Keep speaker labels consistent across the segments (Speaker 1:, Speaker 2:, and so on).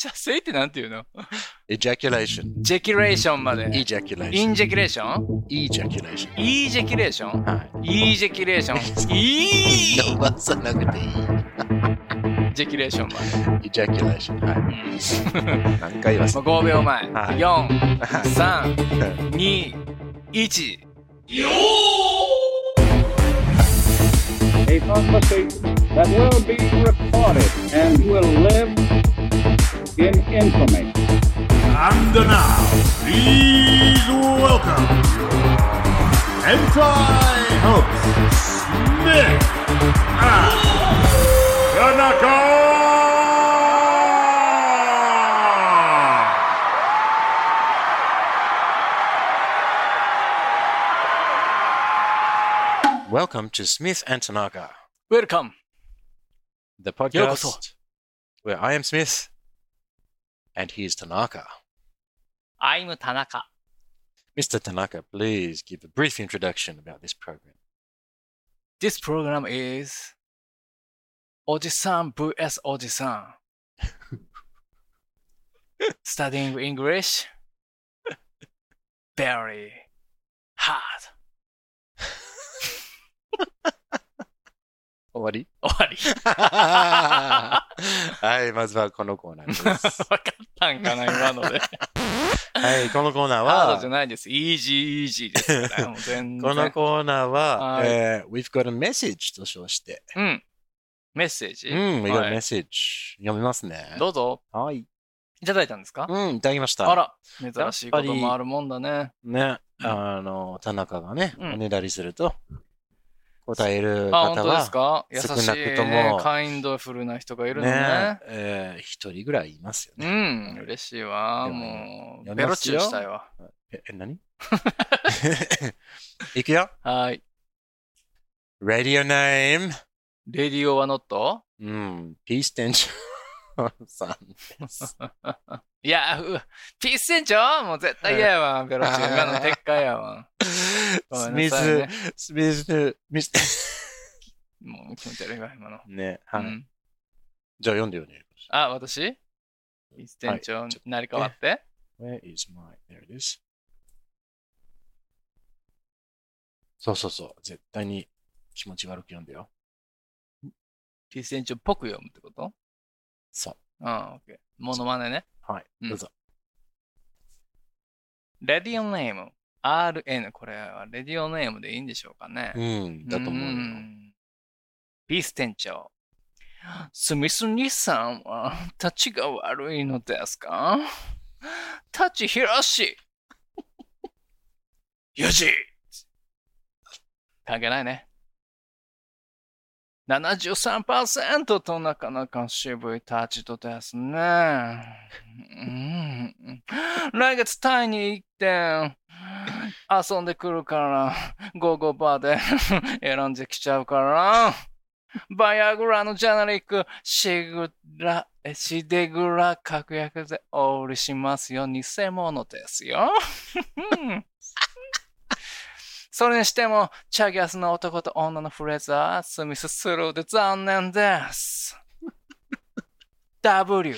Speaker 1: 射精ってなんていうの
Speaker 2: ejaculation,
Speaker 1: ジェキュレーションまで。イ
Speaker 2: ejaculation,
Speaker 1: ンジェキュレーション
Speaker 2: ejaculation.
Speaker 1: イージェキュレーション
Speaker 2: はい。
Speaker 1: イージェキュレーションイー
Speaker 2: 伸ばさなくていい。
Speaker 1: ジェキュレーションまで。
Speaker 2: ejaculation。は
Speaker 1: うん
Speaker 2: い。何回言わせ
Speaker 1: まあ5秒前。
Speaker 2: はい
Speaker 1: 4、
Speaker 2: はい
Speaker 1: 3、
Speaker 2: は
Speaker 1: 2、1。
Speaker 3: a conversation that will be recorded and will live in infamy.
Speaker 4: And now, please welcome Hentai host Nick and Tanaka.
Speaker 2: い。Welcome to Smith and Tanaka,
Speaker 1: Welcome!
Speaker 2: the
Speaker 1: ようこそ
Speaker 2: podcast where I am Smith and he is Tanaka.
Speaker 1: I'm 田中。
Speaker 2: Mr. Tanaka, please give a brief introduction about this program.
Speaker 1: This program is おじさん vs おじ さん studying English very hard
Speaker 2: 終 わり
Speaker 1: 終わり
Speaker 2: はい、まずはこのコーナーです。
Speaker 1: わかったんかな今ので
Speaker 2: はい、このコーナー
Speaker 1: ハードじゃ
Speaker 2: は、
Speaker 1: ないです easy easy です からもう全
Speaker 2: この
Speaker 1: 然
Speaker 2: コーナーは、
Speaker 1: はい
Speaker 2: えー Uh, We've got a message と称して、
Speaker 1: うんメッセージ、
Speaker 2: うん、We've got
Speaker 1: は
Speaker 2: a
Speaker 1: い
Speaker 2: message 読みますね。
Speaker 1: どうぞ
Speaker 2: はい。
Speaker 1: いただいたんですか、
Speaker 2: うん、いただきました。
Speaker 1: あら珍しいこともあるもんだね
Speaker 2: ね、あの、田中がね、
Speaker 1: うん
Speaker 2: おねだりすると、答える
Speaker 1: あ本
Speaker 2: 方
Speaker 1: 当です
Speaker 2: は、
Speaker 1: か優しい、
Speaker 2: 少なくと
Speaker 1: ね
Speaker 2: も、
Speaker 1: カインドフルな人がいるのね
Speaker 2: ね、えー一人ぐらいいますよ
Speaker 1: う
Speaker 2: ね。
Speaker 1: ん、嬉しいわ。
Speaker 2: でも
Speaker 1: も
Speaker 2: や
Speaker 1: う、
Speaker 2: り
Speaker 1: ベ
Speaker 2: ま
Speaker 1: ロ
Speaker 2: す
Speaker 1: チ
Speaker 2: よ
Speaker 1: ューしたいわ。
Speaker 2: え、え何 いくよ。
Speaker 1: はい。
Speaker 2: Radio name、
Speaker 1: レディオはノット
Speaker 2: うん、ピーステンションさんです。
Speaker 1: いや、うピース船長もう絶対嫌や わ。ベロチュー。今の撤回やわ。
Speaker 2: ス
Speaker 1: ごめ
Speaker 2: ミ
Speaker 1: んなさい
Speaker 2: ス
Speaker 1: ね、
Speaker 2: スミス、ミス。
Speaker 1: もう気持ち悪いわ、今の。
Speaker 2: ね、はい。
Speaker 1: うん
Speaker 2: じゃあ読んでよね。
Speaker 1: あ、私ピース船長、
Speaker 2: はいちょ
Speaker 1: 成り変わって。
Speaker 2: Where is my, there it is. そうそうそう。絶対に気持ち悪く読んでよ。
Speaker 1: ピース船長っぽく読むってこと
Speaker 2: そ
Speaker 1: う
Speaker 2: う。
Speaker 1: ん、オッケー。モノマネね。
Speaker 2: はい。
Speaker 1: うん
Speaker 2: どうぞ。
Speaker 1: レディオネーム、RN。これはレディオネームでいいんでしょうかね。
Speaker 2: うん。だと思うよ。
Speaker 1: んビース店長。スミス兄さんは、立ちが悪いのですか立ち広し。よし関係ないね。73%となかなか渋い立ちとですね。うん来月タイに行って、遊んでくるから、ゴーゴーバーで選んで きちゃうから、バイアグラのジェネリック、シグラ、えシデグラ確約でお売りしますよ。偽物ですよ。 それにしても、チャギアスの男と女のフレーズはスミススルーで残念です。W。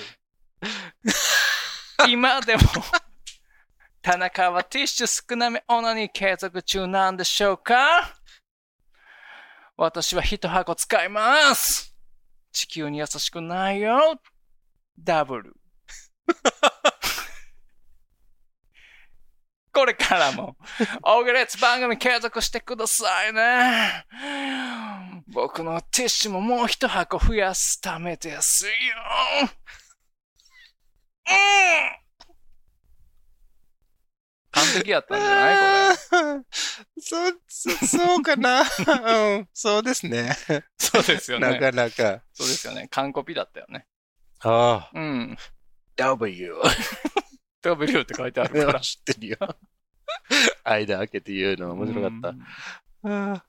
Speaker 1: 今でも、田中はティッシュ少なめオナに継続中なんでしょうか私は一箱使います地球に優しくないよ !W。これからも、オーグレッツ番組継続してくださいね。僕のティッシュももう一箱増やすためですよ。うん完璧やったんじゃないこれ。
Speaker 2: そ、そ、そうかな。うん、そうですね。
Speaker 1: そうですよ
Speaker 2: な
Speaker 1: ね。
Speaker 2: かなか。
Speaker 1: そうですよね。完コピだったよね。
Speaker 2: ああ、
Speaker 1: うん。
Speaker 2: W。
Speaker 1: W って書いてあるから。
Speaker 2: 知ってるよ。間開けて言うの 面白かった。あ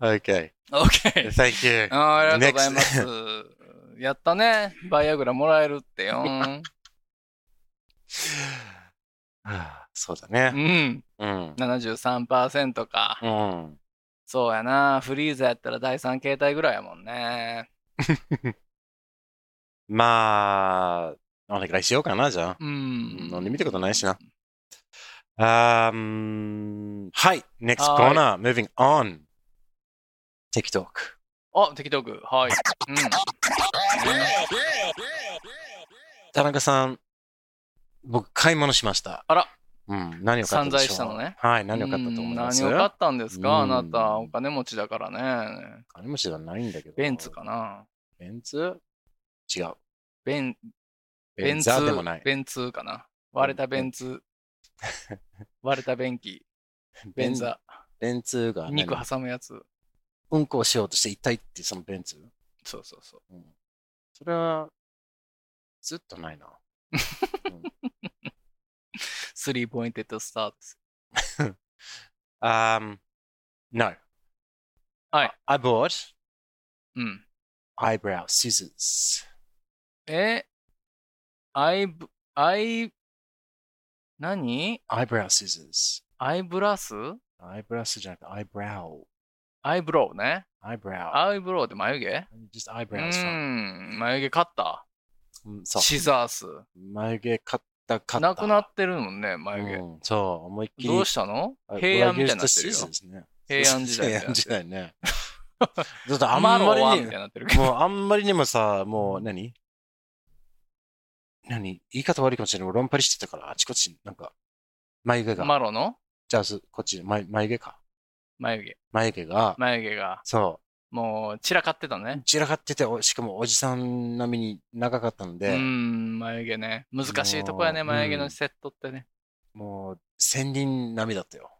Speaker 2: あ OK。
Speaker 1: た。OK。
Speaker 2: Thank you.
Speaker 1: あーありがとうございます。やったね。バイアグラもらえるって よ。
Speaker 2: はあそうだ
Speaker 1: う
Speaker 2: ね。
Speaker 1: ん。
Speaker 2: うん。
Speaker 1: 73%か。
Speaker 2: うん。
Speaker 1: そうやな。フリーザやったら第3形態ぐらいやもんね。
Speaker 2: まあ、お願いしようかな、じゃあ。
Speaker 1: う
Speaker 2: うん
Speaker 1: ん。
Speaker 2: 飲んでみたことないしな。Um, はい。Next
Speaker 1: は
Speaker 2: corner. Moving on. TikTok.
Speaker 1: あ、適当く。はい。うん。
Speaker 2: 田中さん、僕、買い物しました。
Speaker 1: あら。
Speaker 2: うん。何を買ったでしょ
Speaker 1: 散財し
Speaker 2: う
Speaker 1: たのね
Speaker 2: はい。何を買ったと思います
Speaker 1: うん何を買ったんですか、
Speaker 2: うん
Speaker 1: あなた。お金持ちだからね。
Speaker 2: 金持ちではないんだけど。
Speaker 1: ベンツ。かな。
Speaker 2: ベンツ違う。
Speaker 1: ベン、
Speaker 2: ベ
Speaker 1: ベ
Speaker 2: ン
Speaker 1: ン
Speaker 2: ザー
Speaker 1: ツ
Speaker 2: でもない。
Speaker 1: ベンツかな。割れたベンツ。割れた便 器。ベンザ。
Speaker 2: ベンツが何
Speaker 1: 肉挟むやつ。
Speaker 2: うんこをしようとして痛いっていうそのベンツ。
Speaker 1: そうそうそう。
Speaker 2: うんそれは、ずっとないな。
Speaker 1: スリーポインテッドスターです。
Speaker 2: Um, no.
Speaker 1: All right.
Speaker 2: I bought
Speaker 1: うん。
Speaker 2: eyebrow scissors.
Speaker 1: えアイブ、アイ、何
Speaker 2: Eyebrow scissors.
Speaker 1: アイブラス
Speaker 2: Eyebrow scissors じゃなくて eyebrow.
Speaker 1: アイブロウね。
Speaker 2: Eyebrow.
Speaker 1: アイブロウって眉毛
Speaker 2: Just
Speaker 1: う
Speaker 2: eyebrows.
Speaker 1: ん。眉毛カッタ
Speaker 2: from- うん
Speaker 1: ー。
Speaker 2: そう。
Speaker 1: シザース。
Speaker 2: 眉毛買った買った。
Speaker 1: なくなってるもんね、眉毛。
Speaker 2: うんそう、思いっきり。
Speaker 1: どうしたの
Speaker 2: あ
Speaker 1: 平安みたいになってるよ
Speaker 2: uh, Well, I used the。scissors ね。
Speaker 1: 平 安時代みたいにな
Speaker 2: 平安
Speaker 1: っ
Speaker 2: 時
Speaker 1: てる。
Speaker 2: 代ね。ちょっとあん
Speaker 1: マ
Speaker 2: ま
Speaker 1: ロワ
Speaker 2: り
Speaker 1: み
Speaker 2: に
Speaker 1: たいになってるけど。
Speaker 2: もうあんまりにもさ、もう何何言い方悪いかもしれない。俺論破りしてたから、あちこち、なんか、眉 毛が、
Speaker 1: マロの
Speaker 2: じゃあ、すこっち、眉眉毛か。
Speaker 1: 眉毛。
Speaker 2: 眉毛が、
Speaker 1: 眉毛が。
Speaker 2: そ
Speaker 1: もう散らかってた
Speaker 2: う、
Speaker 1: ね。
Speaker 2: 散らかってて、おしかもおじさん並みに長かったの
Speaker 1: う
Speaker 2: で、
Speaker 1: ん、眉毛ね。難しいとこやね、
Speaker 2: もう
Speaker 1: 眉毛
Speaker 2: うん
Speaker 1: のセットってね。
Speaker 2: もう、千人並みだったよ。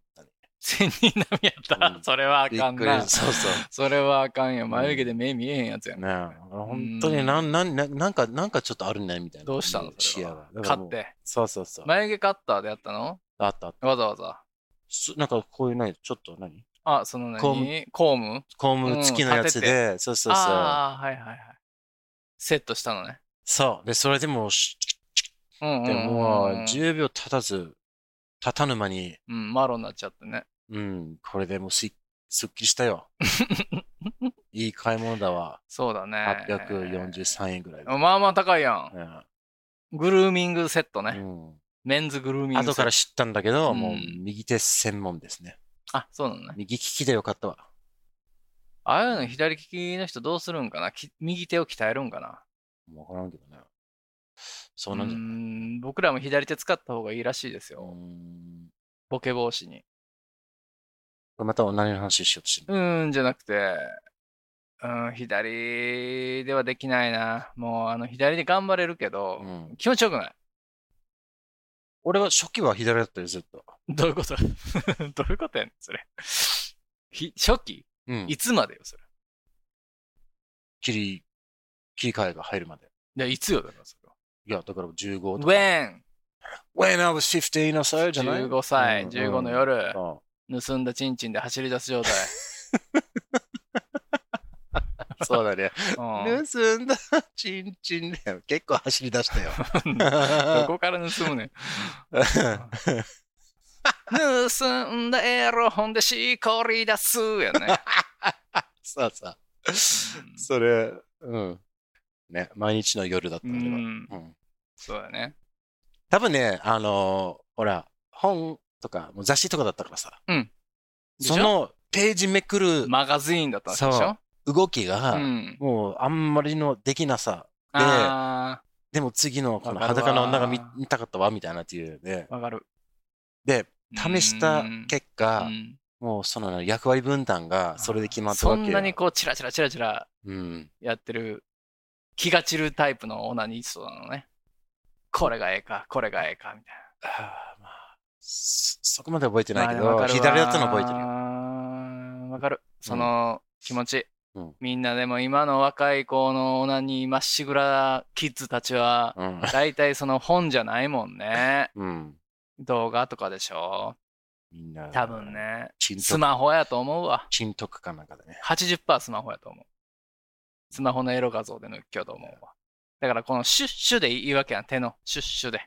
Speaker 1: 千人並みやった
Speaker 2: う
Speaker 1: ら、
Speaker 2: ん
Speaker 1: それはあ
Speaker 2: び
Speaker 1: か
Speaker 2: っ
Speaker 1: ん
Speaker 2: くり
Speaker 1: な。
Speaker 2: そうそう。
Speaker 1: それはあかんよ。
Speaker 2: ん
Speaker 1: 眉毛で目見えへんや つや
Speaker 2: ねえ
Speaker 1: ね。
Speaker 2: 本当になん、なん、なんなんか、なんかちょっとあるね、みたいな。
Speaker 1: どうしたのそ
Speaker 2: 視
Speaker 1: れ
Speaker 2: 野
Speaker 1: は
Speaker 2: が。だか
Speaker 1: 買
Speaker 2: らも
Speaker 1: っ
Speaker 2: う。
Speaker 1: て。
Speaker 2: そうそうそう。
Speaker 1: 眉毛カッターでやったの
Speaker 2: あったあった。
Speaker 1: わざわざ。
Speaker 2: すなんかこういう何ちょっと何
Speaker 1: あ、その何コ
Speaker 2: コ
Speaker 1: ー
Speaker 2: ーム
Speaker 1: ムコーム
Speaker 2: コーム付きのやつで、そうそうそう。
Speaker 1: ああ、はいはいはい。セットしたのね。
Speaker 2: そう。で、それでもうし、
Speaker 1: うんうん
Speaker 2: で
Speaker 1: うんうん。
Speaker 2: もう10秒経たず、経たぬ間に、
Speaker 1: うん、マロになっちゃってね。
Speaker 2: うん、これでもうすすっきりした よ。いい買い物だわ。
Speaker 1: そうだね。
Speaker 2: 843円ぐらいで。
Speaker 1: まあまあ高いやん。
Speaker 2: うん
Speaker 1: グルーミングセットね。
Speaker 2: うん
Speaker 1: メンズグルーミングセット。
Speaker 2: 後から知ったんだけど、
Speaker 1: うん
Speaker 2: もう右手専門ですね。
Speaker 1: あ、そうなのね。
Speaker 2: 右利きでよかったわ。
Speaker 1: ああいうの左利きの人どうするんかなき右手を鍛えるんかな
Speaker 2: わからんけどね。そうなんじゃ
Speaker 1: う
Speaker 2: ない
Speaker 1: ん僕らも左手使った方がいいらしいですよ。
Speaker 2: うん
Speaker 1: ボケ防止に。
Speaker 2: これまた同じ話しようとしてる。
Speaker 1: うーん、じゃなくて、うん、左ではできないな。もう、あの、左で頑張れるけど、
Speaker 2: うん
Speaker 1: 気持ちよくない。
Speaker 2: 俺は初期は左だったよ、ずっと。
Speaker 1: どういうこと どういうことやねん、それ。ひ初期
Speaker 2: うん
Speaker 1: いつまでよ、それ。
Speaker 2: 切り、切り替えが入るまで。
Speaker 1: いや、いつよ、だからそれは。
Speaker 2: いや、だから15とか。
Speaker 1: When?
Speaker 2: When I was 15 or so じゃない
Speaker 1: 15歳、
Speaker 2: うんうん
Speaker 1: 15の夜、
Speaker 2: あ
Speaker 1: 盗んだチンチンで走り出す状態。
Speaker 2: あそうだね。
Speaker 1: うん、
Speaker 2: 盗んだ、チンチンだよ。結構走り出したよ。
Speaker 1: どこから盗むねん。 盗んだエロ本でしこり出すやね。
Speaker 2: さあさあ。それ、うん。ね、毎日の夜だった
Speaker 1: うん
Speaker 2: だよ。
Speaker 1: ん、
Speaker 2: うん
Speaker 1: そうだね。
Speaker 2: 多分ね、あのーほら、本とか、もう雑誌とかだったからさ。
Speaker 1: うんでしょ
Speaker 2: そのページめくる
Speaker 1: マガジーンだったんでし
Speaker 2: そう
Speaker 1: ょ
Speaker 2: 動きが、
Speaker 1: ん。
Speaker 2: もうあんまりのできなさ。で
Speaker 1: あ
Speaker 2: でも次のこの
Speaker 1: わかるわ
Speaker 2: 裸の女が見見たかったわ、みたいなっていうね。
Speaker 1: あ、わかる。
Speaker 2: で、試した結果
Speaker 1: う、ん
Speaker 2: もうその役割分担がそれで決まった
Speaker 1: そ
Speaker 2: わけよ
Speaker 1: んなにこう、チラチラチラチラ
Speaker 2: うん。
Speaker 1: やってる、気が散るタイプのオナニストなのね。これがええか、これがええか、みたい
Speaker 2: はあまあそそこまで覚えて
Speaker 1: な。
Speaker 2: ないけ
Speaker 1: まあ
Speaker 2: ど、左だったの覚えてるよ。
Speaker 1: よ。わかる。その気持ち
Speaker 2: うん。
Speaker 1: みんなでも今の若い子のオナニーまっしぐらキッズたちは、
Speaker 2: うん。
Speaker 1: 大体その本じゃないもんね。
Speaker 2: うん。
Speaker 1: 動画とかでしょ
Speaker 2: みんな、
Speaker 1: 多分。ね。
Speaker 2: チン
Speaker 1: ス
Speaker 2: ト
Speaker 1: マホやと思うわ。
Speaker 2: チントクかなんかでね。
Speaker 1: 80%スマホやと思う。スマホのエロ画像で抜きようと思うわ。だからこのシュッシュでいいわけやん。手のシュッシュで。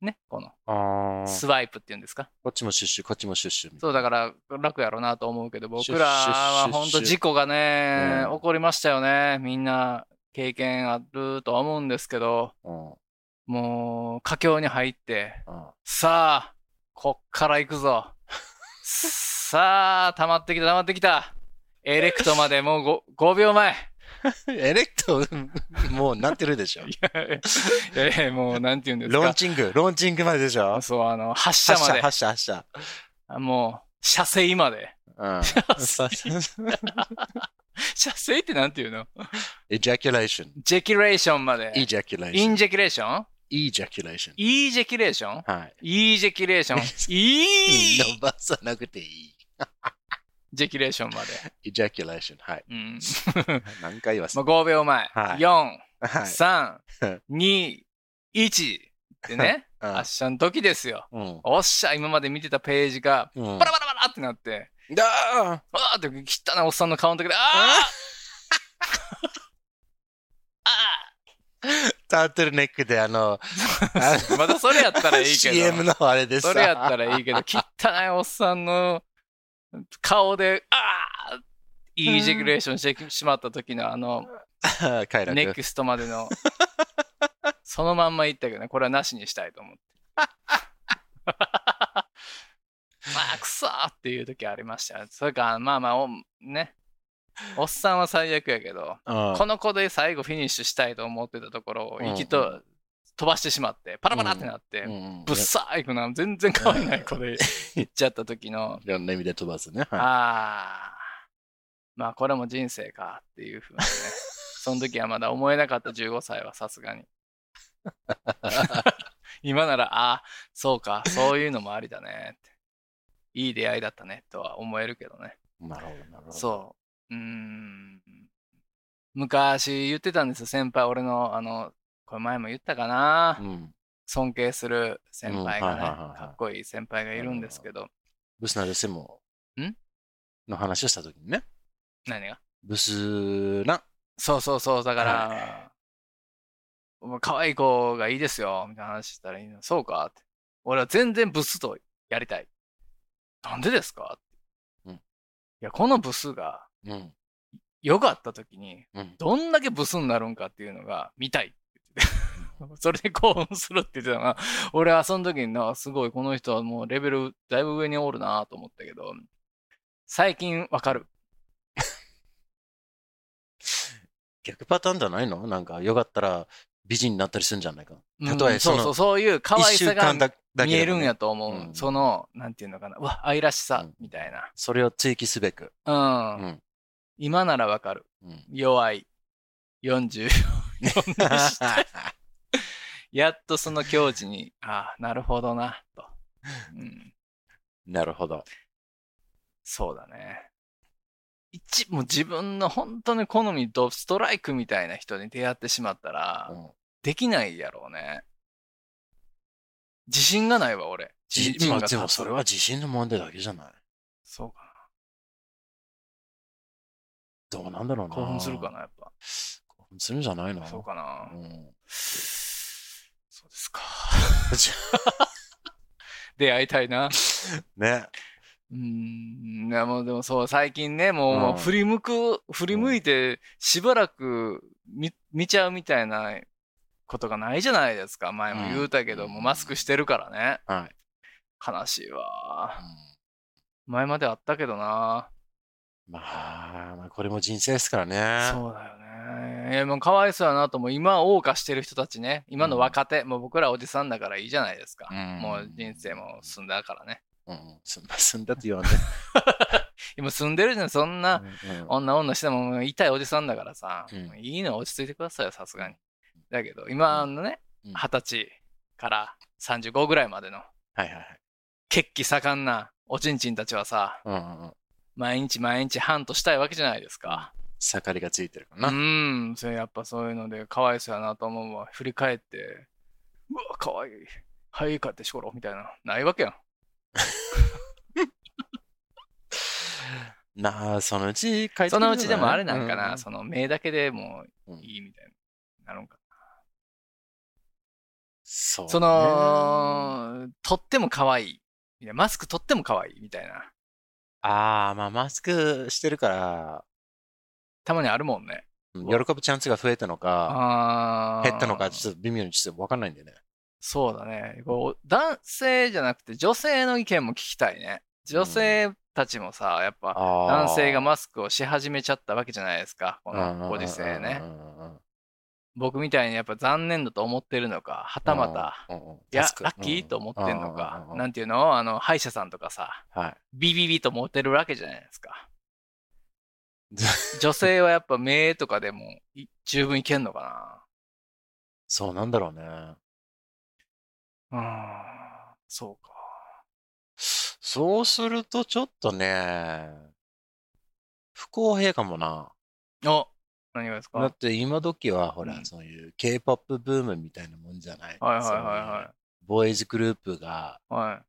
Speaker 1: ね。この
Speaker 2: あ
Speaker 1: スワイプっていうんですか。
Speaker 2: こっちもシュッシュ、こっちもシュッシュ。
Speaker 1: そうだから楽やろなと思うけど、僕
Speaker 2: シュッ
Speaker 1: らは本当事故がね
Speaker 2: うん、
Speaker 1: 起こりましたよね。みんな経験あるとは思うんですけど、
Speaker 2: うん。うん。
Speaker 1: もう、佳境に入って、さあ、こっから行く ぞ。さあ、溜まってきた、溜まってきた。エレクトまでもう ご 5, 秒前。
Speaker 2: エレクト、もうなってるでしょ。
Speaker 1: いやいやもう、なんて言うんです
Speaker 2: ローン
Speaker 1: か。
Speaker 2: チング、ローンチングまででしょ。
Speaker 1: そう、あの、発射
Speaker 2: 発
Speaker 1: ま
Speaker 2: 射、
Speaker 1: で。
Speaker 2: 発射、発射。
Speaker 1: あもう、射精ま で。
Speaker 2: うん。
Speaker 1: 射精ってなんて言うの
Speaker 2: エジャキュレーション。
Speaker 1: ジェキュレーションまで。
Speaker 2: イジャキュレー
Speaker 1: イ
Speaker 2: ショ
Speaker 1: ン
Speaker 2: ン。
Speaker 1: ジェキュレーション
Speaker 2: イジャキュレーション。
Speaker 1: イージェキュレーション
Speaker 2: はい。
Speaker 1: イージェキュレーション。イー
Speaker 2: 伸ばさなくていい。
Speaker 1: ジェキュレーションまで。
Speaker 2: イジャキュレーション。はい。
Speaker 1: うん。
Speaker 2: 何回言わせ
Speaker 1: もう5秒前。
Speaker 2: はい
Speaker 1: 4、
Speaker 2: はい。
Speaker 1: 3、2、1って ね、
Speaker 2: あ
Speaker 1: 発射の時ですよ。
Speaker 2: うん。
Speaker 1: おっしゃ、今まで見てたページが、
Speaker 2: うん
Speaker 1: バラバラバラってなって、
Speaker 2: だ
Speaker 1: わーって汚なおっさんの顔の時で、あー
Speaker 2: タートルネックであの、あ の
Speaker 1: またそれやったらいいけ
Speaker 2: CM
Speaker 1: ど、
Speaker 2: のあれでさ。
Speaker 1: それやったらいいけど、汚いおっさんの顔で、あーいいジェキュレーションしてしまった時のあの、
Speaker 2: 快楽。
Speaker 1: ネクストまで のそのまんま言ったけどねこれはなしにしたいと 思ってまあくそーっていう時ありましたよそれかまあまあおねおっさんは最悪やけど
Speaker 2: うん
Speaker 1: この子で最後フィニッシュしたいと思ってたところを
Speaker 2: うん
Speaker 1: 息と飛ばしてしまってパラパラってなって、
Speaker 2: うん
Speaker 1: ぶっさーいくな全然可愛いない子で行っちゃった時の
Speaker 2: いろんな意味で飛ばすね。は
Speaker 1: ああ、まあこれも人生かっていうふ うにね。その時はまだ思えなかった15歳はさす がに。今なら、ああ、そうか、そういうのもありだねって。いい出会いだったねとは思えるけどね。
Speaker 2: い。なるほど、なるほど。
Speaker 1: そう。うーん。昔言ってたんですよ、先輩。俺の、あの、これ前も言ったかな。
Speaker 2: うん。
Speaker 1: 尊敬する先輩が
Speaker 2: うん
Speaker 1: ね、
Speaker 2: はいはいはいはい
Speaker 1: かっこいい先輩がいるんですけど、
Speaker 2: ブスなるせも。
Speaker 1: ん
Speaker 2: の話をしたときにね。
Speaker 1: 何が
Speaker 2: ブスな。
Speaker 1: そうそうそう、だから、お前可愛い子がいいですよ、みたいな話したらいいの。そうかって。俺は全然ブスとやりたい。なんでですかって。
Speaker 2: うん
Speaker 1: いや、このブスが
Speaker 2: うん。
Speaker 1: 良かった時に、
Speaker 2: うん。
Speaker 1: どんだけブスになるんかっていうのが見たいって言ってて。 それで興奮するって言ってたのが、俺はその時にな、すごいこの人はもうレベルだいぶ上におるなと思ったけど、最近わかる。
Speaker 2: 逆パターンじゃないのなんか、よかったら美人になったりするんじゃないか。
Speaker 1: うん
Speaker 2: 例えそ
Speaker 1: そう
Speaker 2: の
Speaker 1: そう、そういう可愛さが
Speaker 2: だだ
Speaker 1: 見えるんや
Speaker 2: と。
Speaker 1: と思う、
Speaker 2: うん
Speaker 1: そのなんていうのかなうわ愛らしさ、
Speaker 2: うん
Speaker 1: みたい
Speaker 2: それを追記すべく。
Speaker 1: な
Speaker 2: う
Speaker 1: うん、
Speaker 2: ん。
Speaker 1: 今ならわかる
Speaker 2: うん。
Speaker 1: 弱い44やっとその境地にああなるほどなと、うん、
Speaker 2: なるほど。
Speaker 1: そうだね一もう自分の本当に好みドストライクみたいな人に出会ってしまったら、
Speaker 2: うん
Speaker 1: できないやろうね自信がないわ俺
Speaker 2: じ
Speaker 1: 自信が
Speaker 2: でも
Speaker 1: 立つ
Speaker 2: それは自信の問題だけじゃない。
Speaker 1: そうか
Speaker 2: どうなんだろう
Speaker 1: な
Speaker 2: な。
Speaker 1: 興奮するか。なやっぱ
Speaker 2: 興奮するんじゃないの
Speaker 1: そうかな、
Speaker 2: うん。
Speaker 1: そうですか
Speaker 2: じ。
Speaker 1: 出会いたいな。
Speaker 2: ね。
Speaker 1: うーん、いやもうでもそう、最近ね、もう,、もう
Speaker 2: うん
Speaker 1: 振り向く、振り向いてしばらく見見ちゃうみたいなことがないじゃないですか。前も言うたけど、
Speaker 2: うん
Speaker 1: もうマスクしてるからね。
Speaker 2: はい。
Speaker 1: 悲しいわ。
Speaker 2: う
Speaker 1: 前まであったけどな。
Speaker 2: んまあ、まあ、これも人生ですからね。
Speaker 1: そうだよね。いや、もうかわいそうやなと思う。今、謳歌してる人たちね。今の若手、もう僕らおじさんだからいいじゃないですか。
Speaker 2: うん
Speaker 1: もう人生も済んだからね。
Speaker 2: うん。すんすんだって 言わんで。
Speaker 1: 今住んでるじゃん、そんな、
Speaker 2: うん
Speaker 1: 女女してももう痛いおじさんだからさ、
Speaker 2: うん
Speaker 1: いいの落ち着いてくださいよ、さすがに。だけど、今のね
Speaker 2: うん、
Speaker 1: 二、十、歳から35ぐらいまでの、
Speaker 2: はいはいはい。
Speaker 1: 血気盛んなおちんちんたちはさ、
Speaker 2: うんうんうん。
Speaker 1: 毎日毎日ハントしたいわけじゃないですか。
Speaker 2: 盛りがついてるか
Speaker 1: う
Speaker 2: な。
Speaker 1: ん、それやっぱそういうので、かわいそうやなと思うわ。振り返って、うわ、かわいい。はい、帰ってしころ、みたいな。ないわけやん。
Speaker 2: なあ、そのうち書いて
Speaker 1: そのうちでもあれなんかな、
Speaker 2: うん
Speaker 1: その目だけでも
Speaker 2: うん
Speaker 1: いいみたいになるんか
Speaker 2: そうね。
Speaker 1: その、とっても可愛いいや。マスクとっても可愛いみたいな。
Speaker 2: ああ、まあマスクしてるから、
Speaker 1: たまにあるもんね。
Speaker 2: うん喜ぶチャンスが増えたのか、
Speaker 1: あー
Speaker 2: 減ったのか、ちょっと微妙にちょっとわかんないんだよね。
Speaker 1: そうだね。こう男性じゃなくて女性の意見も聞きたいね。女性たちもさ、やっぱ男
Speaker 2: 男
Speaker 1: 性がマスクをし始めちゃったわけじゃないですか。このご時世ね。。僕みたいにやっぱ残念だと思ってるのか、はたまた、
Speaker 2: うんうんうん、
Speaker 1: いや、
Speaker 2: 助
Speaker 1: ラ
Speaker 2: か
Speaker 1: ッキーと思ってんのか
Speaker 2: うんうんうん、うん
Speaker 1: なんていうのをあの、歯医者さんとかさ、
Speaker 2: はい。
Speaker 1: ビビビと思ってるわけじゃないです か
Speaker 2: ず。
Speaker 1: 女性はやっぱ目とかでもい十分いけんのか
Speaker 2: そうなんだろうね。
Speaker 1: な。うん、そうか。
Speaker 2: そうするとちょっとね、不公平かもな。
Speaker 1: お何がですか
Speaker 2: だって今時はほら、
Speaker 1: うん
Speaker 2: そういう K-POP ブームみたいなもんじゃない。
Speaker 1: はいはい
Speaker 2: そういう
Speaker 1: は
Speaker 2: ボーイズグループが、
Speaker 1: いはい。はい。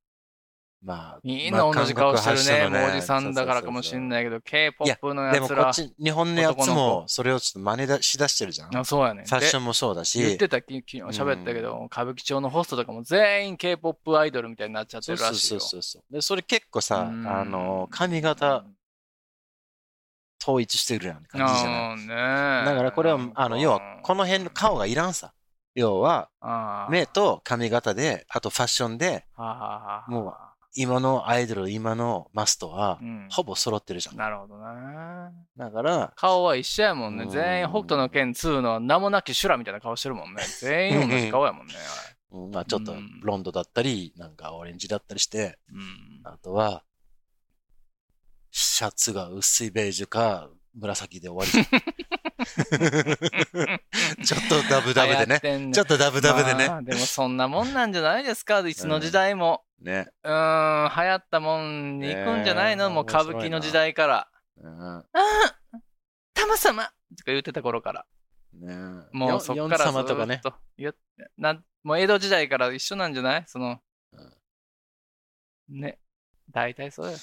Speaker 2: まあ、
Speaker 1: みんな同じ顔してるね。
Speaker 2: まあ
Speaker 1: もうおじさんだからかもしんないけど、K-POP の
Speaker 2: 韓国発祥のねで
Speaker 1: や
Speaker 2: も
Speaker 1: つ
Speaker 2: こ
Speaker 1: ら
Speaker 2: っ。ち、日本のやつ
Speaker 1: 男の
Speaker 2: も、それをちょっと真似だしだしてるじゃん。フ
Speaker 1: あそうやねん。
Speaker 2: ァッショ
Speaker 1: ン
Speaker 2: ンもそうだ
Speaker 1: 言っ
Speaker 2: し。
Speaker 1: てた、昨日喋ったけど、歌舞伎町のホストとかも全員 K-POP アイドルみたいになっちゃって
Speaker 2: そう
Speaker 1: る
Speaker 2: そ
Speaker 1: ら
Speaker 2: う
Speaker 1: しい
Speaker 2: そ
Speaker 1: よ。
Speaker 2: うそうそう。で、それ結構さ、
Speaker 1: うん
Speaker 2: あの、髪型統一してるやん感じじゃない。
Speaker 1: うんあーね
Speaker 2: だからこれは、あの、要は、こ
Speaker 1: の
Speaker 2: の辺の顔がいらんさ。要は、、
Speaker 1: あー
Speaker 2: 目と髪型で、あとファッションで、
Speaker 1: はあはあはあ
Speaker 2: もう今のアイドル、今のマストは
Speaker 1: う、ん
Speaker 2: ほぼ揃ってるじゃん。
Speaker 1: なるほどな。
Speaker 2: だから、
Speaker 1: 顔は一緒やもんね
Speaker 2: う。ん
Speaker 1: 全員北斗の剣2の名もなき修羅みたいな顔してるもんね。 全員同じ顔やもんね。
Speaker 2: うんまあちょっと
Speaker 1: うん
Speaker 2: ロンドだったり、なんかオレンジだったりして、
Speaker 1: うん
Speaker 2: あとは、シャツが薄いベージュか、紫で終わりじ ゃん。ちょっとダブダブでね。
Speaker 1: ね
Speaker 2: ちょっとダブダブでね。
Speaker 1: まあでもそんなもんなんじゃないですか、いつの時代も。
Speaker 2: ね。
Speaker 1: うーん、流行ったもんに行くんじゃないの、
Speaker 2: ねえ
Speaker 1: もう歌舞伎の時代から。
Speaker 2: うん
Speaker 1: たまさまとか言ってた頃から。
Speaker 2: ね
Speaker 1: もうそっから
Speaker 2: ヨ
Speaker 1: ず
Speaker 2: ン様とか
Speaker 1: ー
Speaker 2: ね
Speaker 1: っ。と言って。なんもう江戸時代から一緒なんじゃないその、ね。大体そうよ。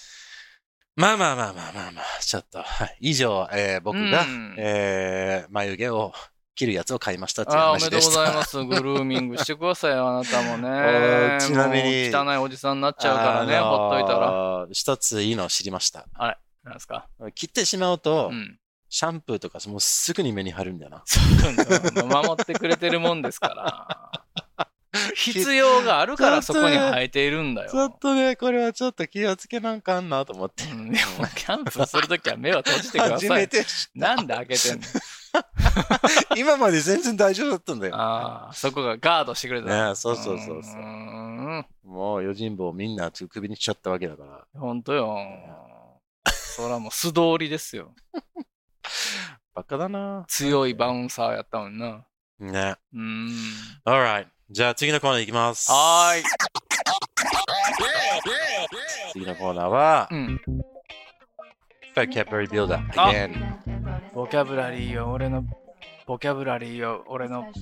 Speaker 2: まあまあまあまあまあまあ、ちょっと、はい以上、えー僕が、
Speaker 1: うん
Speaker 2: えー眉毛を切るやつを買いましたっていう
Speaker 1: ああー、お
Speaker 2: 話
Speaker 1: めで
Speaker 2: で
Speaker 1: とう
Speaker 2: し
Speaker 1: ござい
Speaker 2: た。
Speaker 1: ます。グルーミングしてくださいよ、あなたも
Speaker 2: お
Speaker 1: ね
Speaker 2: ー。ちなみに
Speaker 1: もう汚いおじさんになっちゃうからね、
Speaker 2: あのー
Speaker 1: ほっといたら。。
Speaker 2: 一ついいのを知りました。
Speaker 1: なんですか
Speaker 2: 切ってしまうと、
Speaker 1: うん。
Speaker 2: シャンプーとかもうすぐに目に張るんだよな。
Speaker 1: そう守ってくれてるもんです から。必要があるからそこに生えているんだよ。
Speaker 2: ちょっとね、これはちょっと気をつけなんかあんなと 思って。
Speaker 1: うんでもキャンプするときは目を閉じてく だ
Speaker 2: 初
Speaker 1: さ
Speaker 2: め
Speaker 1: い。
Speaker 2: て、
Speaker 1: なんで開けてんの
Speaker 2: 今まで全然大丈夫だったんだよ。
Speaker 1: ああ、そこがガードしてくれたの。
Speaker 2: ねえそうそうそうそう
Speaker 1: ーん。
Speaker 2: もう、余人坊みんな首にしちゃったわけだから。
Speaker 1: ほんとよ。そらもう素通りです よ。
Speaker 2: バカだな。
Speaker 1: 強いバウンサーやったもんな。
Speaker 2: ね。
Speaker 1: うーん。
Speaker 2: Alright。じゃあ次のコーナーいきます。
Speaker 1: はーい。
Speaker 2: 次のコーナーは
Speaker 1: う、ん。
Speaker 2: Vocabulary Builder
Speaker 1: あ
Speaker 2: again。
Speaker 1: ボキャブラリーを俺の、ボキャブラリーを俺の、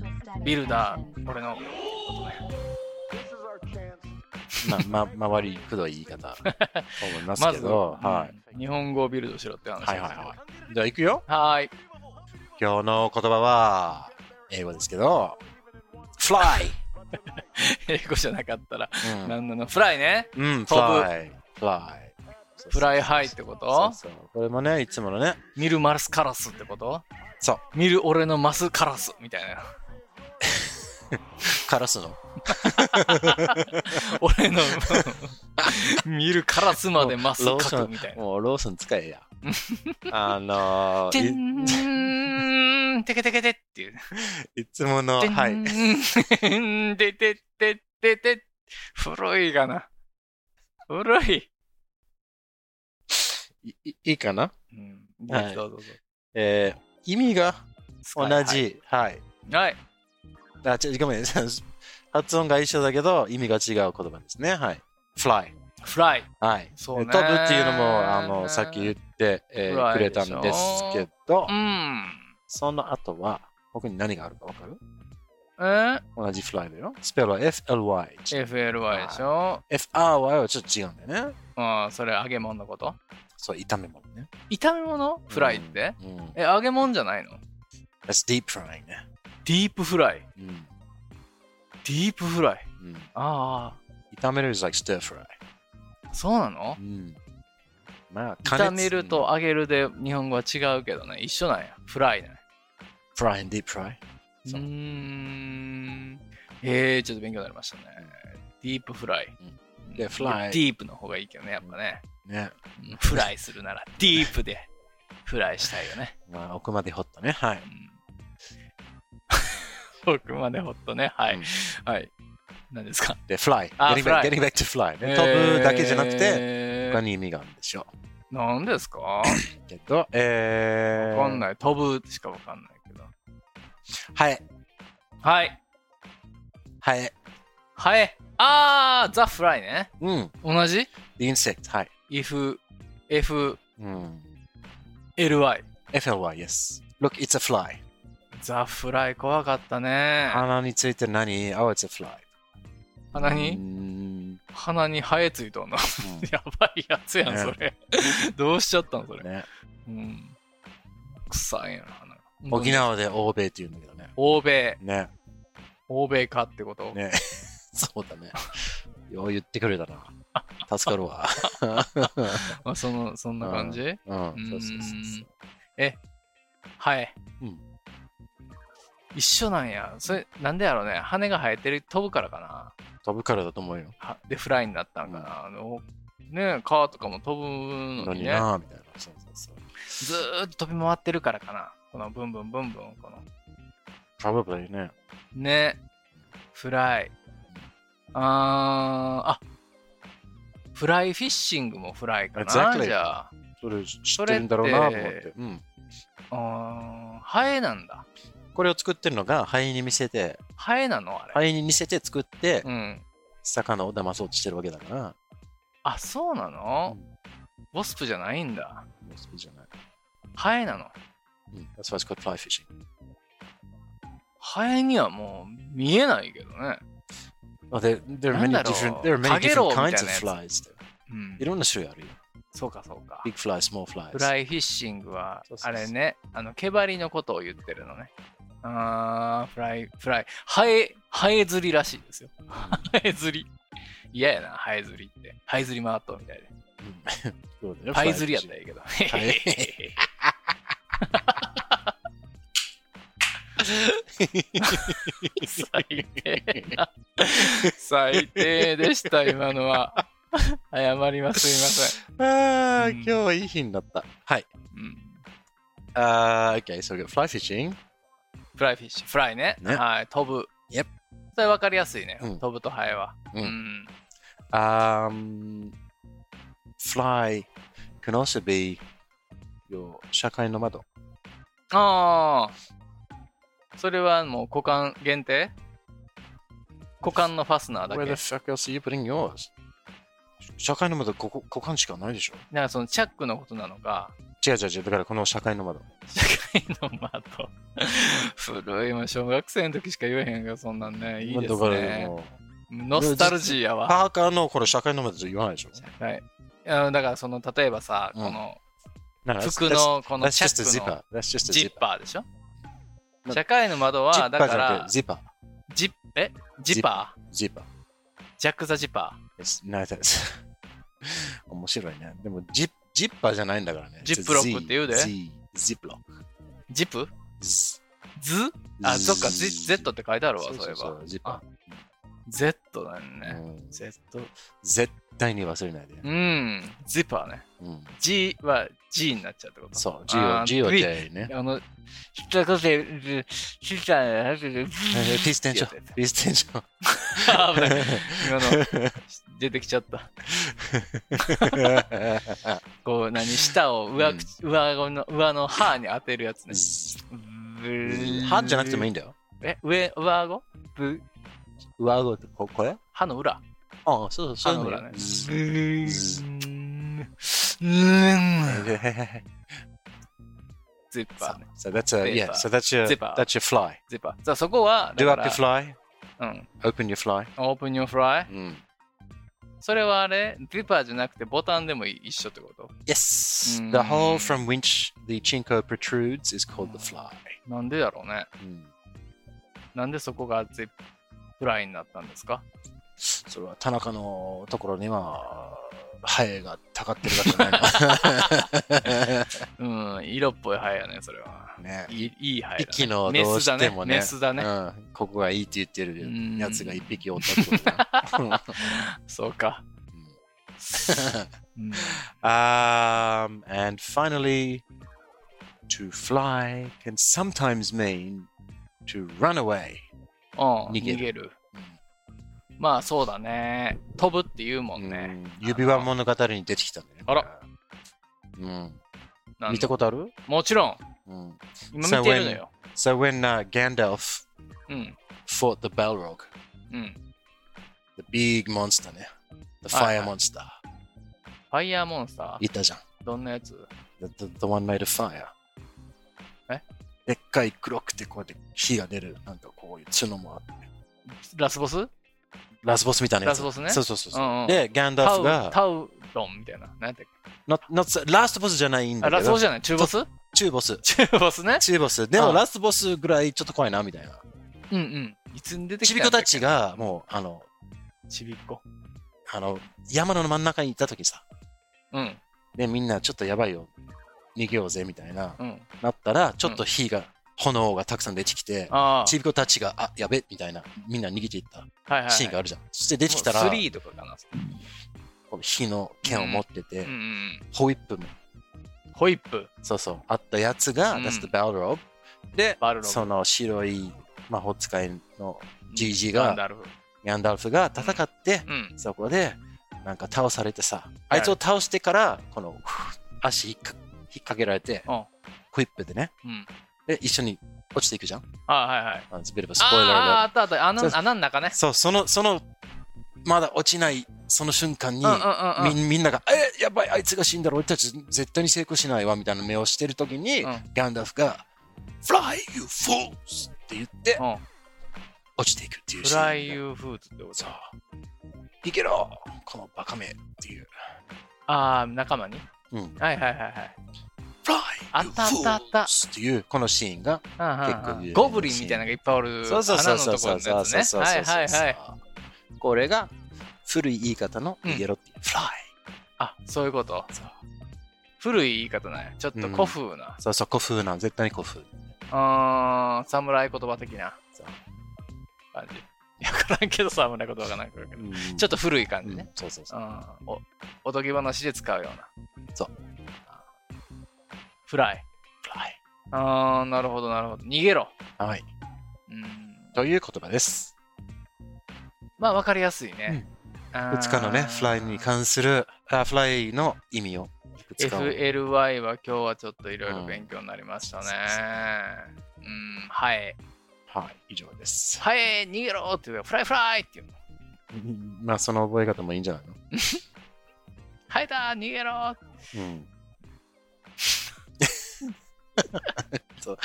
Speaker 1: ビルダー、俺の、
Speaker 2: ま、ま、回りくどい言い 方。と思います
Speaker 1: ま
Speaker 2: け
Speaker 1: ず、
Speaker 2: ど、は
Speaker 1: うん日本語をビルドしろって話
Speaker 2: い。
Speaker 1: ですね。
Speaker 2: はいはいはい。じゃあ行くよ。
Speaker 1: はーい。
Speaker 2: 今日の言葉は、英語ですけど、Fly!
Speaker 1: 英語じゃなかったら、
Speaker 2: うん
Speaker 1: なんなのフライね。
Speaker 2: うん、
Speaker 1: 飛ぶ
Speaker 2: fly。fly。
Speaker 1: フライハイってこと
Speaker 2: そうそうこれもね、いつものね。
Speaker 1: 見るマスカラスってこと
Speaker 2: そう。
Speaker 1: 見る俺のマスカラスみたいな。
Speaker 2: カラスの。
Speaker 1: 俺の見るカラスまでマス
Speaker 2: ローソ
Speaker 1: 書く
Speaker 2: ン
Speaker 1: みたいな。
Speaker 2: もうローソン使 えや。あの
Speaker 1: て
Speaker 2: ー、
Speaker 1: んーん、てけてけてっていう。
Speaker 2: いいつもの、
Speaker 1: てん
Speaker 2: はい。
Speaker 1: ーん、ててててて。古いがな。古い。
Speaker 2: いいいいかな
Speaker 1: うん、
Speaker 2: はい
Speaker 1: どうぞどうぞ。
Speaker 2: えー、意味が同じ。はい。
Speaker 1: はい。
Speaker 2: あ、ちょ、ごめん。 発音が一緒だけど、意味が違う言葉ですね。はい。fly。
Speaker 1: フライ。
Speaker 2: はい。
Speaker 1: そうね
Speaker 2: 飛ぶっていうのも、あの、さっき言って、えー
Speaker 1: fly
Speaker 2: くれたんですけど
Speaker 1: う、ん。
Speaker 2: その後は、僕に何があるかわかる
Speaker 1: え
Speaker 2: 同じ fly だよ。スペルは
Speaker 1: ?FLY
Speaker 2: fly。
Speaker 1: でしょ
Speaker 2: FRY はちょっと違うんだよね。
Speaker 1: うん、それ揚げ物のこと
Speaker 2: そう、炒め物ね。
Speaker 1: 炒め物フライって、
Speaker 2: うん。
Speaker 1: え、揚げ物じゃないの
Speaker 2: That's deep frying ね。
Speaker 1: ディープフライ。
Speaker 2: うん。
Speaker 1: ディープフライ。
Speaker 2: うん、
Speaker 1: あ
Speaker 2: 炒める is like stir fry。
Speaker 1: あ、そうなの
Speaker 2: うん。まあ、加熱
Speaker 1: 炒めると揚げるで日本語は違うけどね。一緒なんや。フライね。
Speaker 2: Fry and deep fry.
Speaker 1: う
Speaker 2: そ
Speaker 1: ー。
Speaker 2: うん
Speaker 1: えー、ちょっと勉強になりましたね。ディープフライ
Speaker 2: ん。でフライ
Speaker 1: ディープの方がいいけどね、やっぱね。
Speaker 2: ね。
Speaker 1: うんフライするな ら、ディープでフライしたいよね。
Speaker 2: まあ、奥まで掘ったね。はい。
Speaker 1: うん奥までほっとね。は
Speaker 2: う
Speaker 1: い
Speaker 2: ん。
Speaker 1: はい。何ですか
Speaker 2: で、fly。
Speaker 1: あ
Speaker 2: getting back,
Speaker 1: fly
Speaker 2: getting back to fly、ね。飛ぶだけじゃなくて、
Speaker 1: え
Speaker 2: 他
Speaker 1: ー
Speaker 2: に意味があるんでしょ
Speaker 1: 何ですか
Speaker 2: う。けど、えー、
Speaker 1: わかんない。飛ぶしかわかんないけど。
Speaker 2: はい。
Speaker 1: はい。
Speaker 2: はい。
Speaker 1: はい。あー、ザ・フライね。
Speaker 2: うん。
Speaker 1: 同じ
Speaker 2: the insect。はい。
Speaker 1: ?if, f,
Speaker 2: うん。
Speaker 1: ly。
Speaker 2: fly, yes. Look, it's a fly.
Speaker 1: ザ・フライ怖かったね。
Speaker 2: 鼻について何 ?Oh, it's a fly.
Speaker 1: 鼻
Speaker 2: うー
Speaker 1: に
Speaker 2: ん
Speaker 1: 鼻に生えついとんの。 やばいやつやん、
Speaker 2: ね
Speaker 1: それ。 どうしちゃったん、それ。
Speaker 2: ね。
Speaker 1: うん。臭いよな、鼻が。
Speaker 2: 沖縄で欧米って言うんだけどね。
Speaker 1: 欧米、
Speaker 2: ね。
Speaker 1: 欧米かってこと。
Speaker 2: ね。 そうだね。よう言ってくれたな。助かるわ。
Speaker 1: まあ、その、そんな感じ
Speaker 2: うん。そうそうそうそう。
Speaker 1: はい。
Speaker 2: うん
Speaker 1: 一緒なんや。それ、なんでやろうね。羽が生えてる、飛ぶからかな。
Speaker 2: 飛ぶからだと思うよ。
Speaker 1: はで、フライになったんかな。あのね川とかも飛ぶの
Speaker 2: 何
Speaker 1: にね。
Speaker 2: なみたいな。そうそうそう。
Speaker 1: ずーっと飛び回ってるからかな。このブンブンブンブン、この。
Speaker 2: probably ね。
Speaker 1: ね。フライ。あー、あ。フライフィッシングもフライかな。
Speaker 2: Exactly
Speaker 1: じゃあ。
Speaker 2: それ知ってるんだろうなと思
Speaker 1: そ
Speaker 2: っ
Speaker 1: れ
Speaker 2: て。うん。
Speaker 1: あーハエなんだ。
Speaker 2: これを作ってるのが肺に見せて、
Speaker 1: ハエなのあれ。
Speaker 2: 肺に見せて作って、
Speaker 1: うん。
Speaker 2: 魚を騙そうとしてるわけだから。
Speaker 1: あ、そうなの、
Speaker 2: うん
Speaker 1: ボスプじゃないんだ。
Speaker 2: もうそれじゃない。
Speaker 1: ハエなの。
Speaker 2: うん。That's why it's called fly fishing.
Speaker 1: ハエにはもう見えないけどね。
Speaker 2: Oh, there, there are
Speaker 1: なん
Speaker 2: many
Speaker 1: だろう
Speaker 2: different, there are many
Speaker 1: かげろ
Speaker 2: different
Speaker 1: うみたいな
Speaker 2: kinds
Speaker 1: やつ
Speaker 2: of flies.
Speaker 1: うん
Speaker 2: い、ろんな種類あるよ。
Speaker 1: そうかそうか。
Speaker 2: big fly, small flies.
Speaker 1: フライフィッシングは
Speaker 2: そう、そ
Speaker 1: あ
Speaker 2: うそう
Speaker 1: れね、あの、毛針のことを言ってるのね。あー、フライ、フライ。ハエ、ハエ釣りらしいですよ。ハエ釣り。嫌やな、ハエ釣りって。ハエ釣り回っとうみたいで。
Speaker 2: うん そうだよ
Speaker 1: ハエ釣りやったらええけど。
Speaker 2: ハエ
Speaker 1: 最低な。最低でした、今のは。謝ります、すいません。
Speaker 2: ああ、
Speaker 1: うん
Speaker 2: 今日はいい日になった。はい。
Speaker 1: うん
Speaker 2: ああ、OK, so we got fly fishing.
Speaker 1: フライフィッシュ、フライね。
Speaker 2: ね
Speaker 1: はい、飛ぶ。
Speaker 2: Yep
Speaker 1: それ分かりやすいね。
Speaker 2: うん
Speaker 1: 飛ぶとハエは。
Speaker 2: うん Um, fly can also be your 社会の窓。
Speaker 1: ああ。それはもう股間限定股間のファスナーだ
Speaker 2: Where the
Speaker 1: け。
Speaker 2: fuck else are you putting yours? 社会の窓、ここ、股間しかないでしょ。
Speaker 1: なんかそのチャックのことなのか、
Speaker 2: 違う違う違う、だからこの社会の窓。
Speaker 1: 社会の窓。 古いもん小学生の時しか言えへんが、そんなんね。いいです
Speaker 2: だから
Speaker 1: ね。
Speaker 2: もう
Speaker 1: ノスタルジーやわ。
Speaker 2: パーカーのこれ社会の窓と言わないでしょ。
Speaker 1: はい。あだからその例えばさ、
Speaker 2: うん
Speaker 1: この
Speaker 2: No, that's-
Speaker 1: 服のこ
Speaker 2: that's-
Speaker 1: の
Speaker 2: That's
Speaker 1: チャ
Speaker 2: just a
Speaker 1: ックの
Speaker 2: zipper. That's just a
Speaker 1: ジッ
Speaker 2: zipper.
Speaker 1: パーでしょ
Speaker 2: な
Speaker 1: 社会の窓は、だか
Speaker 2: ジッパーじゃな
Speaker 1: ら
Speaker 2: くて、ジッパー。
Speaker 1: ジッ、えジッパー
Speaker 2: ジッパー。
Speaker 1: ジャック・ザ・ジッパー
Speaker 2: It's not that. 面白いね。でもジッ、ジッパーじゃないんだからね。
Speaker 1: ジップロックって言うで
Speaker 2: Z、ジップロック。
Speaker 1: ジップ
Speaker 2: ズ
Speaker 1: ズあ、そっか、Z Z って書いてあ
Speaker 2: あ
Speaker 1: るわ、そういえば。。
Speaker 2: ジッパ
Speaker 1: Z だね。
Speaker 2: ー。うん
Speaker 1: Z。
Speaker 2: 絶対に忘れないで。
Speaker 1: うん、ジッパーね。
Speaker 2: うん
Speaker 1: G は G になっちゃうってこと。
Speaker 2: そう、G は
Speaker 1: あー
Speaker 2: G は
Speaker 1: び
Speaker 2: J ね。
Speaker 1: あの、人として、知ったら、ピ
Speaker 2: ピーステンション。ピーステンション。
Speaker 1: 危ない。今の、出てきちゃった。こう、何、舌を上口、上顎の、上の歯に当てるやつね。
Speaker 2: ズ
Speaker 1: 歯
Speaker 2: 歯じゃなくてもいいん
Speaker 1: だ。
Speaker 2: だよ。
Speaker 1: え、上、上顎ブ
Speaker 2: 上顎ってここれ
Speaker 1: 歯の裏。
Speaker 2: ああ、そうそう、
Speaker 1: 歯
Speaker 2: そうい
Speaker 1: の
Speaker 2: うの
Speaker 1: 裏
Speaker 2: よ
Speaker 1: ね。
Speaker 2: ズ
Speaker 1: ズ
Speaker 2: ズ
Speaker 1: ーン
Speaker 2: へへへ
Speaker 1: ゼッパーね。
Speaker 2: So that's a yeah.
Speaker 1: Zipper.
Speaker 2: So that's your
Speaker 1: Zipper.
Speaker 2: that's your fly.
Speaker 1: ゼッパー。じゃあそこは、
Speaker 2: Do
Speaker 1: だ
Speaker 2: up
Speaker 1: か
Speaker 2: your
Speaker 1: ら
Speaker 2: fly.
Speaker 1: うん。
Speaker 2: Open your fly.
Speaker 1: Open your fly。
Speaker 2: Mm.
Speaker 1: それはあれ、ゼッパーじゃなくてボタンでも一緒ってこと
Speaker 2: Yes.
Speaker 1: Mm.
Speaker 2: The hole from which the chinko protrudes is called the fly.
Speaker 1: なんでだろうね。
Speaker 2: Mm.
Speaker 1: なんでそこがゼップライになったんですか
Speaker 2: それは田中のところにはハエがたかってる わけじゃない
Speaker 1: うん、色っぽいハエやね、それは。
Speaker 2: の。ね。
Speaker 1: いいいいハエだ、ね。
Speaker 2: 一匹の
Speaker 1: メ
Speaker 2: どう
Speaker 1: スだ
Speaker 2: して
Speaker 1: ね
Speaker 2: も。ね
Speaker 1: メスだね。
Speaker 2: うん、ここがいいって言って
Speaker 1: う
Speaker 2: る
Speaker 1: ん
Speaker 2: やつが一匹おったってことだ
Speaker 1: そうか。うん、
Speaker 2: Um, and finally, to fly can sometimes mean to run away.
Speaker 1: うん
Speaker 2: 逃げる
Speaker 1: 逃げる。まあそうだね。飛ぶって言うもんね。
Speaker 2: うん指輪物語に出てきたんだよね。
Speaker 1: あら
Speaker 2: これ。うん、
Speaker 1: なん
Speaker 2: 見たことある、
Speaker 1: もちろん、
Speaker 2: うん、
Speaker 1: 今見てるのよ。
Speaker 2: So when、uh, Gandalf
Speaker 1: うん。
Speaker 2: fought the Balrog,
Speaker 1: うん。
Speaker 2: the big monster ね。The
Speaker 1: はい
Speaker 2: fire
Speaker 1: はい
Speaker 2: monster.
Speaker 1: ファイヤーモンスタ
Speaker 2: いたじゃん。
Speaker 1: ーどんなやつ
Speaker 2: The, the, the one made of fire.
Speaker 1: え
Speaker 2: でっかい黒くてこうやって火が出る。なんかこういう角もあって。
Speaker 1: ラスボス
Speaker 2: ラスボスみたいなや
Speaker 1: ラ
Speaker 2: つ。
Speaker 1: スボスね
Speaker 2: そうそうそうそう。
Speaker 1: うんうん
Speaker 2: で、ガンダ
Speaker 1: タ
Speaker 2: ルフ
Speaker 1: ウ
Speaker 2: が、
Speaker 1: タウロンみたいな。なんて
Speaker 2: ななさラストボスじゃないんだ
Speaker 1: あ、
Speaker 2: けど。
Speaker 1: ラスボスじゃない中ボス
Speaker 2: 中ボス。
Speaker 1: 中ボスね。
Speaker 2: 中ボス。で
Speaker 1: う
Speaker 2: も
Speaker 1: ん
Speaker 2: ラストボスぐらいちょっと怖いな、みたいな。
Speaker 1: うんうん。いつに出てきた
Speaker 2: ちび
Speaker 1: ん
Speaker 2: こ
Speaker 1: だ
Speaker 2: た
Speaker 1: っけ
Speaker 2: ち。が、もう、あの、
Speaker 1: ちびっこ。
Speaker 2: あの、山の真ん中にいた時さ。
Speaker 1: うん
Speaker 2: で、みんなちょっとやばいよ。逃げようぜ、みたいな。
Speaker 1: うん。
Speaker 2: なったら、ちょっと火が、炎がたくさん出てきて、
Speaker 1: あ
Speaker 2: ちびこたちが、あ、やべ、みたいな。みんな逃げていった。
Speaker 1: あ。はいはいはい。
Speaker 2: シーンがあるじゃん。そして出てきたら
Speaker 1: もう、3とかかな。
Speaker 2: この火の剣を持ってて、
Speaker 1: うんうん。
Speaker 2: ホイップも、
Speaker 1: ホイップ。
Speaker 2: そうそう、あったやつが、
Speaker 1: うん
Speaker 2: That's the Balrog。で、
Speaker 1: バルログ。
Speaker 2: その白い魔法使いのじいじ
Speaker 1: ガン
Speaker 2: が、
Speaker 1: ダルフ。
Speaker 2: ヤンダルフが戦って、
Speaker 1: うん。
Speaker 2: そこで、なんか倒されてさ、あいつを倒してから、この、ふう足引っか引っ掛けられて、
Speaker 1: うん
Speaker 2: ホイップでね、
Speaker 1: うん。
Speaker 2: で、一緒に落ちていくじゃん。
Speaker 1: ああ、はいはい。
Speaker 2: あのビルバス
Speaker 1: あ
Speaker 2: ポイ
Speaker 1: ああ
Speaker 2: ラー
Speaker 1: ったあった。あ
Speaker 2: そう
Speaker 1: の穴の中ね
Speaker 2: で。。そう、その、その、まだ落ちない、その瞬間に、
Speaker 1: うんうんうんうん
Speaker 2: みみんなが「えやばいあいつが死んだら俺たち絶対に成功しないわ」みたいな目をしてる時に、
Speaker 1: うん
Speaker 2: ガンダルフが「Fly you fools!」って言って
Speaker 1: うん。
Speaker 2: 落ちていくっていう
Speaker 1: フ
Speaker 2: シーン
Speaker 1: ライユーフーズってこと
Speaker 2: そう逃げろこのバカめっていう
Speaker 1: ああ、仲間に
Speaker 2: うん
Speaker 1: はいはいはいはい。
Speaker 2: 「Fly
Speaker 1: あ
Speaker 2: you
Speaker 1: ったあったあった
Speaker 2: fools!」っていうこのシーンが
Speaker 1: 結
Speaker 2: 構有名なシーン
Speaker 1: ゴブリンみたいなのがいっぱいおる穴
Speaker 2: そう
Speaker 1: の
Speaker 2: そうそうそう
Speaker 1: とこ
Speaker 2: そ
Speaker 1: ろの
Speaker 2: うそ
Speaker 1: や
Speaker 2: う
Speaker 1: つ
Speaker 2: そ
Speaker 1: ね
Speaker 2: うそう
Speaker 1: はいはいはい
Speaker 2: これが古い言い方の「
Speaker 1: うん
Speaker 2: 逃げろ」っていう「Fly
Speaker 1: あそういうこと」
Speaker 2: そう
Speaker 1: 古い言い方ねちょっと古風な
Speaker 2: そうそう古風なん絶対に古風
Speaker 1: あー侍言葉的な
Speaker 2: そう
Speaker 1: 感じいや分からんけど侍言葉がなんか分からんけどちょっ
Speaker 2: っ
Speaker 1: と古い感
Speaker 2: う
Speaker 1: じ
Speaker 2: ん
Speaker 1: ね
Speaker 2: そうそうそううん
Speaker 1: おおとぎ話で使うような
Speaker 2: そう
Speaker 1: あーフライ
Speaker 2: Fly
Speaker 1: あーなるほどなるほど逃げろ
Speaker 2: はい
Speaker 1: うん
Speaker 2: という言葉です
Speaker 1: まあ分かりやすいねあー
Speaker 2: いつかのね、フライに関する、あフライの意味をいくつかを。
Speaker 1: FLY は今日はちょっといろいろ勉強になりましたね。うん、ハエ。
Speaker 2: はい、以上です。
Speaker 1: ハエ、逃げろって言うよフライフライって言うの。
Speaker 2: まあ、その覚え方もいいんじゃないの
Speaker 1: ハエだ、逃げろ
Speaker 2: うん。そう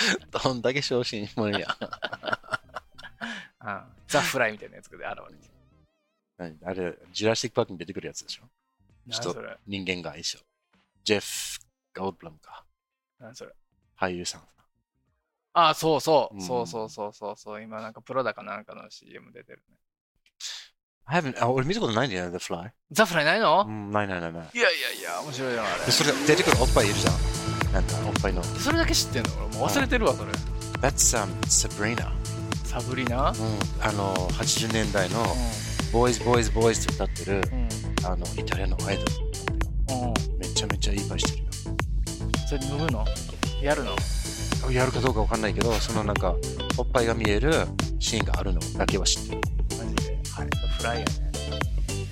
Speaker 2: どんだけ昇進もんや。
Speaker 1: うんザ・フライみたいなやつで現れて。
Speaker 2: 何あれ、ジュラシック・パークに出てくるやつでしょ
Speaker 1: 何
Speaker 2: ちょっ
Speaker 1: そ
Speaker 2: と
Speaker 1: れ
Speaker 2: 人間が相性。ジェフ・ガオブラムか。
Speaker 1: 何それ
Speaker 2: 俳優さん。
Speaker 1: ああ、そうそうう、
Speaker 2: ん
Speaker 1: そうそうそうそうそう。今なんかプロだかなんかの CM 出てるね。
Speaker 2: I haven't- あ俺見たことないんだよね、The Fly。
Speaker 1: ザ・フライないの
Speaker 2: うん、ないないないない。
Speaker 1: いやいやいや、面白いよな、あれ
Speaker 2: で、。それ出てくるおっぱいいるじゃん。なんか、おっぱいの。
Speaker 1: それだけ知ってんの俺もう忘れてるわ、それ。
Speaker 2: That's、um, Sabrina。
Speaker 1: サブリナ
Speaker 2: うん、あの、80年代の、
Speaker 1: う
Speaker 2: ボーイズボーイズボーイズって歌ってる
Speaker 1: ん。うん。
Speaker 2: あのイタリアのアイドル
Speaker 1: うん。
Speaker 2: めちゃめちゃいい声してるよ
Speaker 1: それ脱ぐのやるの
Speaker 2: やるかどうかわかんないけどそのなんかおっぱいが見えるシーンがあるのだけは知ってる
Speaker 1: マジで。はい。フライやね。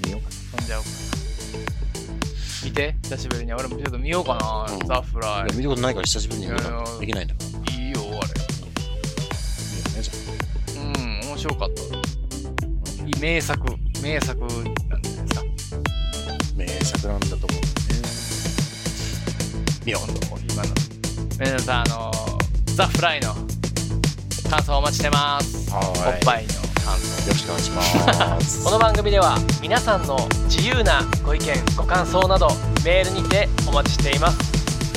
Speaker 2: 見ようか
Speaker 1: 飛んじゃおうかな見て久しぶりに俺もちょっと見ようかな、
Speaker 2: うん
Speaker 1: ザ・フラ
Speaker 2: な、いや見たことないから久しぶりに見た
Speaker 1: いやいや
Speaker 2: できないんだからいいよ
Speaker 1: イいいよあ
Speaker 2: ねじゃ
Speaker 1: れうん面白かったいい名作名作なんじゃないですか
Speaker 2: あ名作なんだと思うね見よ
Speaker 1: 今度お昼間の皆さんあのザ・フライの感想お待ちしてます
Speaker 2: う
Speaker 1: おっ
Speaker 2: は
Speaker 1: ぱいの感想
Speaker 2: よろしくお願いしま す
Speaker 1: この番組では皆さんの自由なご意見ご感想などメールにてお待ちしています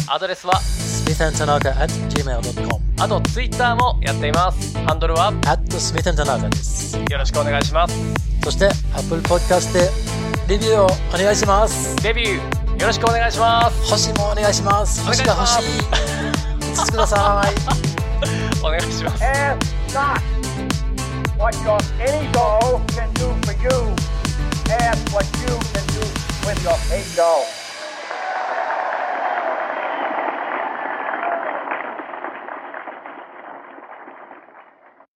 Speaker 1: アドレスは
Speaker 2: Smith and Tanaka at gmail.com
Speaker 1: あと Twitter もやっていますハンドルは
Speaker 2: at Smith and Tanaka です
Speaker 1: よろしくお願いします
Speaker 2: そして Apple Podcast で
Speaker 5: レビューをお願いします
Speaker 1: デビューよろしくお願いします
Speaker 5: 星もお願いします
Speaker 1: お願い
Speaker 5: 星
Speaker 1: し
Speaker 5: が
Speaker 1: ます
Speaker 5: 欲しい5つください
Speaker 1: お願いします
Speaker 6: Ask not what your ego can do for you. Ask what you can do with your ego.